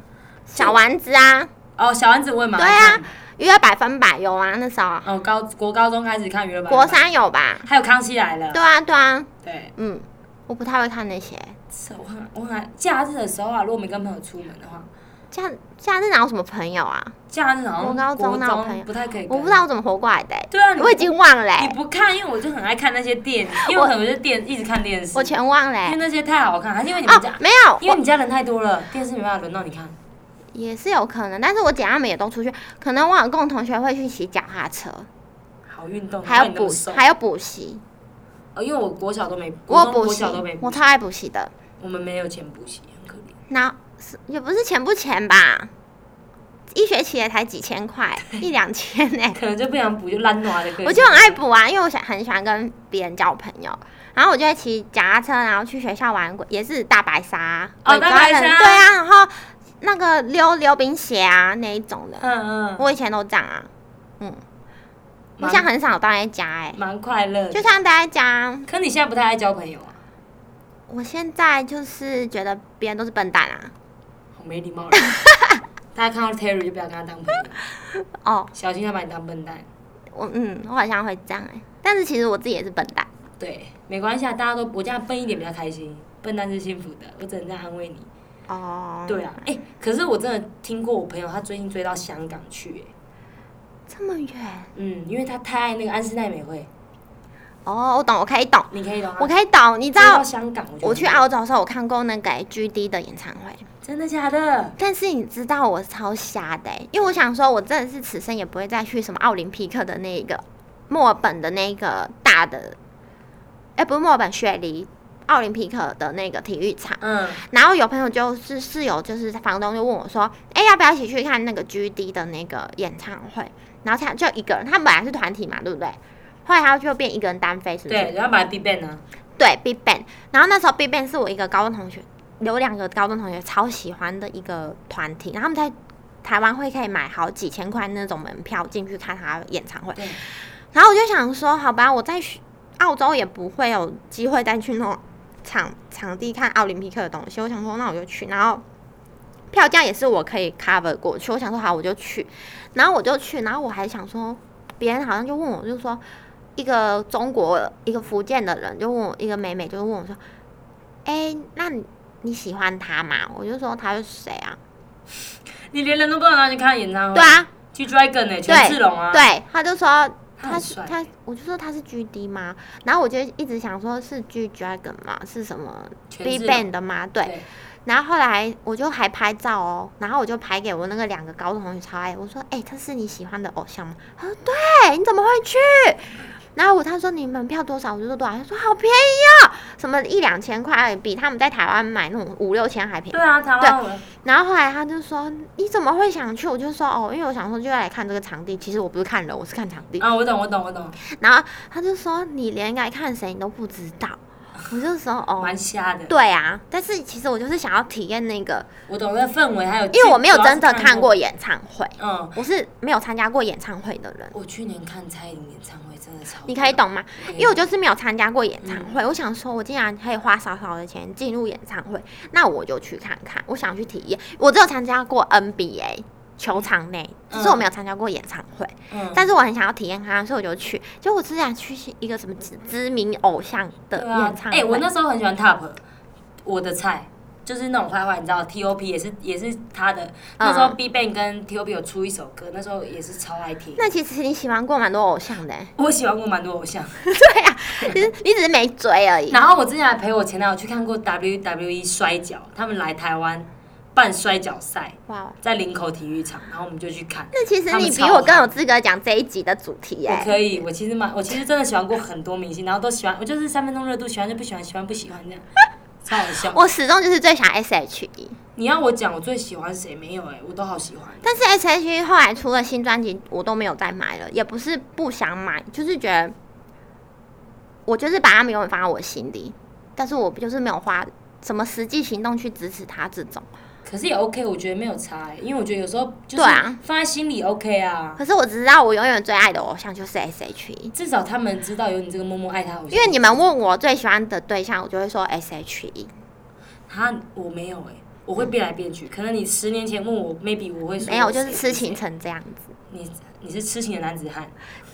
[SPEAKER 1] 小丸子啊，
[SPEAKER 2] 哦，小丸子我也蛮
[SPEAKER 1] 对
[SPEAKER 2] 爱
[SPEAKER 1] 啊
[SPEAKER 2] 看。，
[SPEAKER 1] 娱乐百分百有啊，那时候
[SPEAKER 2] 哦，高国高中开始看娱乐版，
[SPEAKER 1] 国三有吧，
[SPEAKER 2] 还有康熙来了。
[SPEAKER 1] 对啊，对啊，
[SPEAKER 2] 对，
[SPEAKER 1] 嗯，我不太会看那些。
[SPEAKER 2] 是我很我很爱假日的时候啊，如果没跟朋友出门的话，
[SPEAKER 1] 假假日哪有什么朋友啊？
[SPEAKER 2] 假日好
[SPEAKER 1] 我
[SPEAKER 2] 像
[SPEAKER 1] 高
[SPEAKER 2] 国
[SPEAKER 1] 中哪有朋友
[SPEAKER 2] 不太可以。
[SPEAKER 1] 我不知。道我怎么活过来的欸、
[SPEAKER 2] 对啊，你
[SPEAKER 1] 我已经忘了欸、
[SPEAKER 2] 你不看，因为我就很爱看那些电影，因为我
[SPEAKER 1] 我
[SPEAKER 2] 很多就电一直看电视。
[SPEAKER 1] 我全忘了
[SPEAKER 2] 因为
[SPEAKER 1] 欸、
[SPEAKER 2] 那些太好看，还是因为你们家，
[SPEAKER 1] 哦，没有，
[SPEAKER 2] 因为你家人太多了，电视没办法轮到你看。
[SPEAKER 1] 也是有可能，但是我姐她们也都出去，可能我有跟我同学会去骑脚踏车，
[SPEAKER 2] 好运动，
[SPEAKER 1] 还有
[SPEAKER 2] 难怪哦你那么
[SPEAKER 1] 补
[SPEAKER 2] 瘦
[SPEAKER 1] 还有补习，
[SPEAKER 2] 呃，因为我国小都没，
[SPEAKER 1] 我有
[SPEAKER 2] 国中
[SPEAKER 1] 补
[SPEAKER 2] 国
[SPEAKER 1] 习
[SPEAKER 2] 小都没，，
[SPEAKER 1] 我超爱补习的。
[SPEAKER 2] 我们没有钱补习，很可怜。
[SPEAKER 1] 那是也不是钱不钱吧，一学期也才几千
[SPEAKER 2] <laughs>
[SPEAKER 1] 块，一两千欸呢、
[SPEAKER 2] 可能就不想补，就懒惰的个
[SPEAKER 1] 哎
[SPEAKER 2] 性。
[SPEAKER 1] 我就很爱补啊，因为我想很喜欢跟别人交朋友，然后我就会骑脚踏车，然后去学校玩，也是大白鲨、
[SPEAKER 2] 哦
[SPEAKER 1] 鬼抓
[SPEAKER 2] 大白鲨
[SPEAKER 1] 人对啊，然后那个溜溜冰鞋啊那一种的，
[SPEAKER 2] 嗯嗯，
[SPEAKER 1] 我以前都这样啊，嗯，我
[SPEAKER 2] 蛮
[SPEAKER 1] 现在很少待在家哎、
[SPEAKER 2] 蛮快乐的。
[SPEAKER 1] 就像待在家，
[SPEAKER 2] 可你现在不太爱交朋友啊，
[SPEAKER 1] 我现在就是觉得别人都是笨蛋啊，
[SPEAKER 2] 好没
[SPEAKER 1] <laughs>
[SPEAKER 2] 礼貌的人。大家看到 Terry 就不要跟他当朋友，
[SPEAKER 1] 哦，
[SPEAKER 2] 小心他把你当笨蛋。
[SPEAKER 1] 我嗯，我好像会这样哎、但是其实我自己也是笨蛋。
[SPEAKER 2] 对，没关系啊，大家都我这样笨一点比较开心，笨蛋是幸福的，我只能这样安慰你。
[SPEAKER 1] 哦，
[SPEAKER 2] 对啊，哎、可是我真的听过我朋友，他最近追到香港去、欸，
[SPEAKER 1] 这么远
[SPEAKER 2] 嗯，因为他太爱那个安室奈美惠，
[SPEAKER 1] 哦，我懂，我可以懂，
[SPEAKER 2] 你可以懂吗？
[SPEAKER 1] 我可以懂。你
[SPEAKER 2] 你
[SPEAKER 1] 知道
[SPEAKER 2] 香港，我觉得
[SPEAKER 1] 我去
[SPEAKER 2] 很
[SPEAKER 1] 澳洲的时候，我看过那个欸 GD 的演唱会，
[SPEAKER 2] 真的假的？
[SPEAKER 1] 但是你知道我超瞎的、欸，因为我想说，我真的是此生也不会再去什么奥林匹克的那一个墨尔本的那个大的，哎、不是墨尔本雪梨。奥林匹克的那个体育场，
[SPEAKER 2] 嗯，
[SPEAKER 1] 然后有朋友就是室友，就是房东就问我说：“哎、要不要一起去看那个 GD 的那个演唱会？”然后他就一个人，他们本来是团体嘛，对不对？后来他就变一个人单飞，是不是？
[SPEAKER 2] 对，然后把 Big Bang 呢、
[SPEAKER 1] 对 Big Bang。然后那时候 Big Bang 是我一个高中同学，有两个高中同学超喜欢的一个团体，然后他们在台湾会可以买好几千块那种门票进去看他演唱会
[SPEAKER 2] 对。
[SPEAKER 1] 然后我就想说，好吧，我在学澳洲也不会有机会再去那种场场地看奥林匹克的东西，我想说那我就去，然后。票价也是我可以 cover 过去，我想说好我就去，然后我就去，然后我还想说，别人好像就问我，就说一个中国一个福建的人就问我，一个妹妹就问我说：“哎、那你你喜欢他吗？”我就说：“他是谁啊
[SPEAKER 2] 你连人都不能让你看演唱？”会，
[SPEAKER 1] 对，啊，
[SPEAKER 2] 去 Dragon 呢、欸，权志龙啊，，
[SPEAKER 1] 对，他就说他
[SPEAKER 2] 很
[SPEAKER 1] 是
[SPEAKER 2] 帅
[SPEAKER 1] 他，我就说他是 GD 吗？然后我就一直想说是 G Dragon 吗？是什么
[SPEAKER 2] 权
[SPEAKER 1] B
[SPEAKER 2] 志
[SPEAKER 1] Band
[SPEAKER 2] 龙，
[SPEAKER 1] 的吗？对，，然后后来我就还拍照哦，然后我就拍给我那个两个高中同学超爱，我说：“哎、他是你喜欢的偶像吗？”他说：“对，你怎么会去？”然后我他说：“你门票多少？”我就说多少，他说：“好便宜哦，什么一两千块，比他们在台湾买那种五六千还便宜。
[SPEAKER 2] 对啊，台湾我”
[SPEAKER 1] 然后后来他就说：“你怎么会想去？”我就说：“哦，因为我想说就要来看这个场地。其实我不是看人，我是看场
[SPEAKER 2] <laughs>
[SPEAKER 1] 地。”
[SPEAKER 2] 啊，我懂，我懂，我懂，
[SPEAKER 1] 然后他就说：“你连来看谁你都不知道。”我就说：“哦，
[SPEAKER 2] 蛮瞎的，
[SPEAKER 1] 对啊，但是其实我就是想要体验那个。”
[SPEAKER 2] 我懂那氛围，还有
[SPEAKER 1] 因为我没有真的看
[SPEAKER 2] 看，
[SPEAKER 1] 过演唱会，
[SPEAKER 2] 嗯，
[SPEAKER 1] 我是没有参加过演唱会的人，
[SPEAKER 2] 我去年看蔡依林演唱会真的超，
[SPEAKER 1] 你可以，懂吗？因为我就是没有参加过演唱
[SPEAKER 2] 嗯
[SPEAKER 1] 会，我想说，我竟然可以花少少的钱进入演唱会，那我就去看看，我想去体验。我只有参加过 NBA 球场内，只是我没有参加过演唱会，
[SPEAKER 2] 嗯，
[SPEAKER 1] 但是我很想要体验看看，所以我就去。结果我之前去一个什么知知名偶像的
[SPEAKER 2] 对啊
[SPEAKER 1] 演，唱
[SPEAKER 2] 哎、我
[SPEAKER 1] 会，
[SPEAKER 2] 那时候很喜欢 Top，我的菜就是那种坏坏，你知道 T.O.P 也是也是他的。那时候
[SPEAKER 1] 嗯
[SPEAKER 2] B Ban 跟 T.O.P 有出一首歌，那时候也是超爱听。
[SPEAKER 1] 那其实你喜欢过蛮多偶像的、欸
[SPEAKER 2] <laughs> 我喜欢过蛮多偶像，
[SPEAKER 1] 其实你只是没追而已。
[SPEAKER 2] 然后我之前还陪我前男友去看过 WWE 摔跤，他们来台湾办摔跤赛，
[SPEAKER 1] 哇，哦
[SPEAKER 2] 在林口体育场，然后我们就去看。
[SPEAKER 1] 那其实
[SPEAKER 2] 他们
[SPEAKER 1] 你比
[SPEAKER 2] 超
[SPEAKER 1] 我更
[SPEAKER 2] 好
[SPEAKER 1] 有资格讲这一集的主题耶、
[SPEAKER 2] 我可以，我其实蛮，我其实真的喜欢过很多明星，然后都喜欢，我就是三分钟热度，喜欢就不喜欢，喜欢不喜欢这样，超好笑。
[SPEAKER 1] 我始终就是最喜欢 E S.H.E，
[SPEAKER 2] 你要我讲我最喜欢谁没有、哎，我都好喜欢。
[SPEAKER 1] 但是 S.H.E 后来出了新专辑，我都没有再买了，也不是不想买，就是觉得我就是把他们永远放在我心里，但是我就是没有花什么实际行动去支持他这种。
[SPEAKER 2] 可是也 OK，我觉得没有差、欸，因为我觉得有时候就是
[SPEAKER 1] 对啊
[SPEAKER 2] 放在心里 OK 啊，
[SPEAKER 1] 可是我只知道我永远最爱的偶像就是 S.H.E，
[SPEAKER 2] 至少他们知道有你这个默默爱他偶像。
[SPEAKER 1] 因为你们问我最喜欢的对象，我就会说 E S.H.E。
[SPEAKER 2] 他我没有哎、我会变来变去。可能你十年前问我，maybe 我会说
[SPEAKER 1] 没有，就
[SPEAKER 2] 谁
[SPEAKER 1] 是痴情。
[SPEAKER 2] 谁
[SPEAKER 1] 成这样子。
[SPEAKER 2] 你你是痴情的男子汉，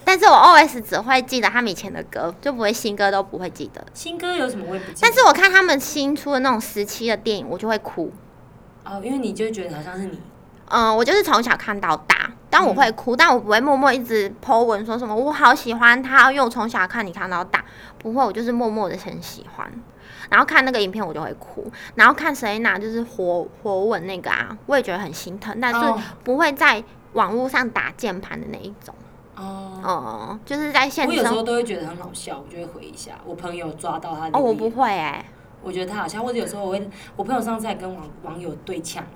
[SPEAKER 1] 但是我 always 只会记得他们以前的歌，就不会新歌都不会记得。
[SPEAKER 2] 新歌有什么我也不记得。
[SPEAKER 1] 但是我看他们新出的那种时期的电影，我就会哭。
[SPEAKER 2] 哦，因为你就会觉得好像是你，
[SPEAKER 1] 嗯，我就是从小看到大，但我
[SPEAKER 2] 嗯
[SPEAKER 1] 会哭，但我不会默默一直 po 文说什么我好喜欢他，因为我从小看你看到大，不会，我就是默默的很喜欢。然后看那个影片我就会哭，然后看 Selina 就是火火吻那个啊，我也觉得很心疼，但是
[SPEAKER 2] 哦
[SPEAKER 1] 不会在网络上打键盘的那一种。
[SPEAKER 2] 哦哦，
[SPEAKER 1] 哦、就是在现
[SPEAKER 2] 我
[SPEAKER 1] 实
[SPEAKER 2] 有时
[SPEAKER 1] 生
[SPEAKER 2] 候
[SPEAKER 1] 活。
[SPEAKER 2] 都会觉得很好笑，我就会回一下。我朋友抓到他的
[SPEAKER 1] 哦，我
[SPEAKER 2] 脸
[SPEAKER 1] 不会哎、
[SPEAKER 2] 我觉得他好笑，或者有时候我会，我朋友上次还跟网网友对呛、欸，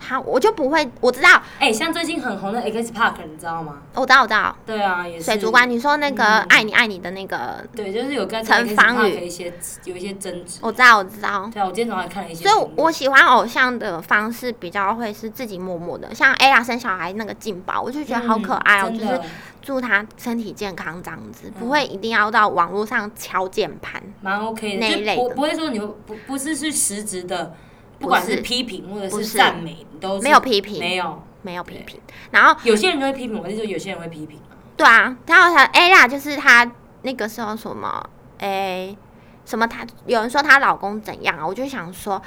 [SPEAKER 1] 好，我就不会，我知道，
[SPEAKER 2] 哎、像最近很红的 X Park，你知道吗？
[SPEAKER 1] 我知道，我知道。
[SPEAKER 2] 对啊，也是
[SPEAKER 1] 水族馆，你说那个
[SPEAKER 2] 嗯
[SPEAKER 1] 爱你爱你的那个，
[SPEAKER 2] 对，就是有跟
[SPEAKER 1] 陈
[SPEAKER 2] X
[SPEAKER 1] 芳
[SPEAKER 2] Park
[SPEAKER 1] 宇
[SPEAKER 2] 一些有一些争执。
[SPEAKER 1] 我知道，我知道。
[SPEAKER 2] 对啊，我今天早上还看了一些
[SPEAKER 1] 所
[SPEAKER 2] 评
[SPEAKER 1] 以
[SPEAKER 2] 论，
[SPEAKER 1] 我喜欢偶像的方式比较会是自己默默的，像 ella 生小孩那个劲爆，我就觉得好可爱哦、
[SPEAKER 2] 嗯
[SPEAKER 1] 就
[SPEAKER 2] 真
[SPEAKER 1] 是
[SPEAKER 2] 的
[SPEAKER 1] 祝她身体健康这样子，
[SPEAKER 2] 嗯
[SPEAKER 1] 不会一定要到网络上敲键盘。
[SPEAKER 2] 蛮 OK
[SPEAKER 1] 那一
[SPEAKER 2] 的，
[SPEAKER 1] 类
[SPEAKER 2] 就不
[SPEAKER 1] 的
[SPEAKER 2] 不会说你会不不是是实质的，
[SPEAKER 1] 不
[SPEAKER 2] 不管是
[SPEAKER 1] 是
[SPEAKER 2] 批评或者
[SPEAKER 1] 不
[SPEAKER 2] 是
[SPEAKER 1] 是
[SPEAKER 2] 赞美，你哦都是
[SPEAKER 1] 没有批评
[SPEAKER 2] 没有。
[SPEAKER 1] 没有批评，然后
[SPEAKER 2] 有些人就会批评，我就说有些人会批评啊，
[SPEAKER 1] 对啊，然后他 ella 就是她那个时候什么，诶、什么她有人说她老公怎样啊，我就想说，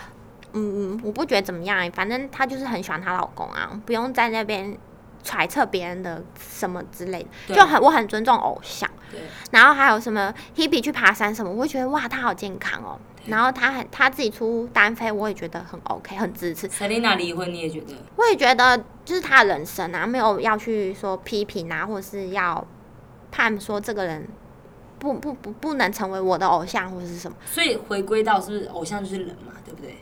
[SPEAKER 1] 嗯，我不觉得怎么样、欸，反正她就是很喜欢她老公啊，不用在那边揣测别人的什么之类的，
[SPEAKER 2] 对
[SPEAKER 1] 就很我很尊重偶像。
[SPEAKER 2] 对，
[SPEAKER 1] 然后还有什么 Hebe 去爬山什么，我会觉得哇，她好健康哦。
[SPEAKER 2] 对
[SPEAKER 1] 然后她还她自己出单飞，我也觉得很 OK，很支持。
[SPEAKER 2] Selina 离婚，你也觉得？
[SPEAKER 1] 我也觉得就是她的人生啊，没有要去说批评啊，或者是要判说这个人不不不不能成为我的偶像或者是什么。
[SPEAKER 2] 所以回归到是不是偶像就是人嘛，对不对？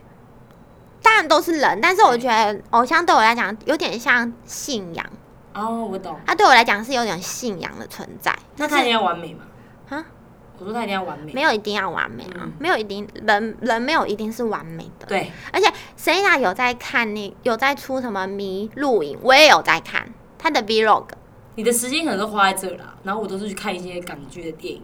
[SPEAKER 1] 当然都是人，但是我觉得偶像对我来讲有点像信仰，
[SPEAKER 2] 哦，我懂。
[SPEAKER 1] 他对我来讲是有点信仰的存在。
[SPEAKER 2] 那他一定要完美嘛？
[SPEAKER 1] 啊？
[SPEAKER 2] 我说他一定要完美。
[SPEAKER 1] 没有一定要完美啊，
[SPEAKER 2] 嗯
[SPEAKER 1] 没有一定人人没有一定是完美的。
[SPEAKER 2] 对，
[SPEAKER 1] 而且 Selina 有在看那有在出什么迷录影，我也有在看她的 Vlog。
[SPEAKER 2] 你的时间可能都花在这啦，然后我都是去看一些港剧的电影。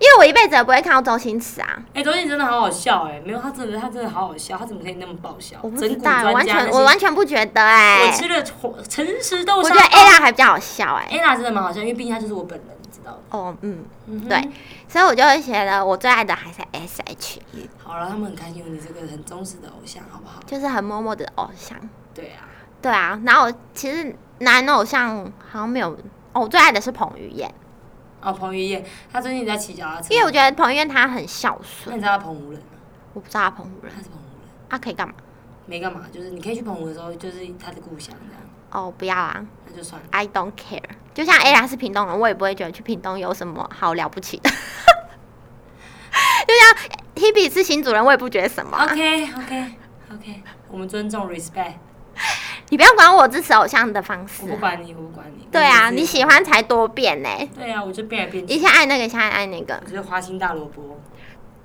[SPEAKER 1] 因为我一辈子也不会看到周星驰啊，
[SPEAKER 2] 哎、周星驰真的好好笑哎、没有他真的他真的好好笑，他怎么可以那么爆笑？
[SPEAKER 1] 我不知
[SPEAKER 2] 整蛊
[SPEAKER 1] 道，我
[SPEAKER 2] 专
[SPEAKER 1] 完
[SPEAKER 2] 家那
[SPEAKER 1] 全
[SPEAKER 2] 些
[SPEAKER 1] 我完全不觉得哎、
[SPEAKER 2] 我吃了火诚实豆
[SPEAKER 1] 我觉
[SPEAKER 2] 沙
[SPEAKER 1] 得
[SPEAKER 2] 包。
[SPEAKER 1] Ella 还比较好笑哎、
[SPEAKER 2] Ella 真的蛮好笑，因为毕竟她就是我本人，你知道的。
[SPEAKER 1] 哦，嗯，
[SPEAKER 2] 嗯哼
[SPEAKER 1] 对，所以我就会觉得我最爱的还是 S H E，
[SPEAKER 2] 好了，他们很开心有你这个很忠实的偶像，好不好？
[SPEAKER 1] 就是很默默的偶像。
[SPEAKER 2] 对啊，
[SPEAKER 1] 对啊，然后我其实男偶像好像没有，哦，我最爱的是彭于晏，
[SPEAKER 2] 哦，彭于晏，他最近在骑脚踏车，
[SPEAKER 1] 因为我觉得彭于晏他很孝
[SPEAKER 2] 那
[SPEAKER 1] 顺，
[SPEAKER 2] 你知道他澎湖人吗，
[SPEAKER 1] 我不知道他澎湖人，
[SPEAKER 2] 他是澎湖人，
[SPEAKER 1] 他、啊可以干嘛？
[SPEAKER 2] 没干嘛，就是你可以去澎湖的时候，就是他的故乡这样，
[SPEAKER 1] 哦，不要啊，
[SPEAKER 2] 那就算了。
[SPEAKER 1] I don't care。就像 A 拉是屏东人，我也不会觉得去屏东有什么好了不起的。 <laughs> 就像 Hebe 是新主人，我也不觉得什么啊、
[SPEAKER 2] OK OK OK，我们尊重 respect，
[SPEAKER 1] 你不要管我支持偶像的方
[SPEAKER 2] 我
[SPEAKER 1] 式
[SPEAKER 2] 不
[SPEAKER 1] 啊。
[SPEAKER 2] 管你，我不管你。
[SPEAKER 1] 对啊，
[SPEAKER 2] 我
[SPEAKER 1] 你
[SPEAKER 2] 只是
[SPEAKER 1] 喜？欢才多变呢、
[SPEAKER 2] 对啊，我就变来变去，
[SPEAKER 1] 一下爱那个，一下爱那个
[SPEAKER 2] 我。就是花心大萝卜。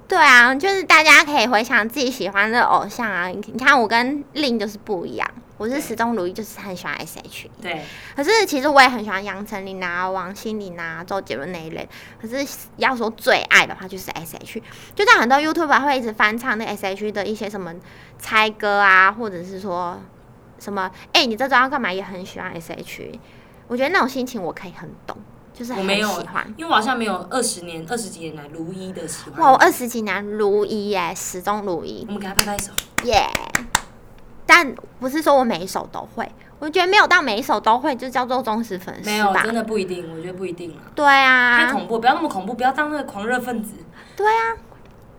[SPEAKER 1] 对啊，就是大家可以回想自己喜欢的偶像啊。你你看我跟令就是不一样，我是
[SPEAKER 2] 对
[SPEAKER 1] 始终如一，就是很喜欢 S H E。
[SPEAKER 2] 对，
[SPEAKER 1] 可是其实我也很喜欢杨丞琳啊、王心凌啊、周杰伦那一类。可是要说最爱的话，就是 S.H.E。就像很多 YouTube 会一直翻唱那 S.H.E 的一些什么猜歌啊，或者是说什么哎、你这周要干嘛？也很喜欢 S.H.E。我觉得那种心情我可以很懂，就是
[SPEAKER 2] 我
[SPEAKER 1] 很
[SPEAKER 2] 没有
[SPEAKER 1] 喜欢。
[SPEAKER 2] 因为我好像没有二十年、二十几年来如一的喜欢。
[SPEAKER 1] 嗯哇，我二十几年如一耶，始终如一
[SPEAKER 2] 我们给他拍拍手。
[SPEAKER 1] 耶。但不是说我每一首都会，我觉得没有到每一首都会就叫做忠实粉丝
[SPEAKER 2] 没有，
[SPEAKER 1] 吧
[SPEAKER 2] 真。的不一定，我觉得不一定啊。
[SPEAKER 1] 对啊，
[SPEAKER 2] 太恐怖，不要那么恐怖，不要当那个狂热分子。
[SPEAKER 1] 对啊，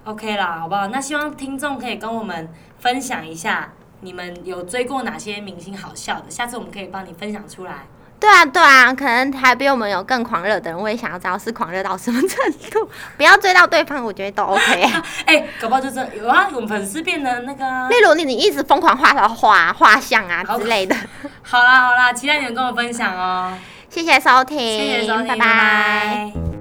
[SPEAKER 2] OK 啦，好不好？那希望听众可以跟我们分享一下，你们有追过哪些明星好笑的？下次我们可以帮你分享出来。
[SPEAKER 1] 对啊，对啊，可能还比我们有更狂热的人，我也想要知道是狂热到什么程度， <laughs> 不要追到对方，我觉得都 OK <laughs> 啊、
[SPEAKER 2] 哎、搞不好就是有啊，我们粉丝变得那个啊、
[SPEAKER 1] 例如你，你一直疯狂画到画画像啊
[SPEAKER 2] 好
[SPEAKER 1] 之类的。
[SPEAKER 2] 好啦好啦，期待你们跟我分享哦。
[SPEAKER 1] 谢谢收听，
[SPEAKER 2] 谢谢收听，
[SPEAKER 1] 拜拜
[SPEAKER 2] 拜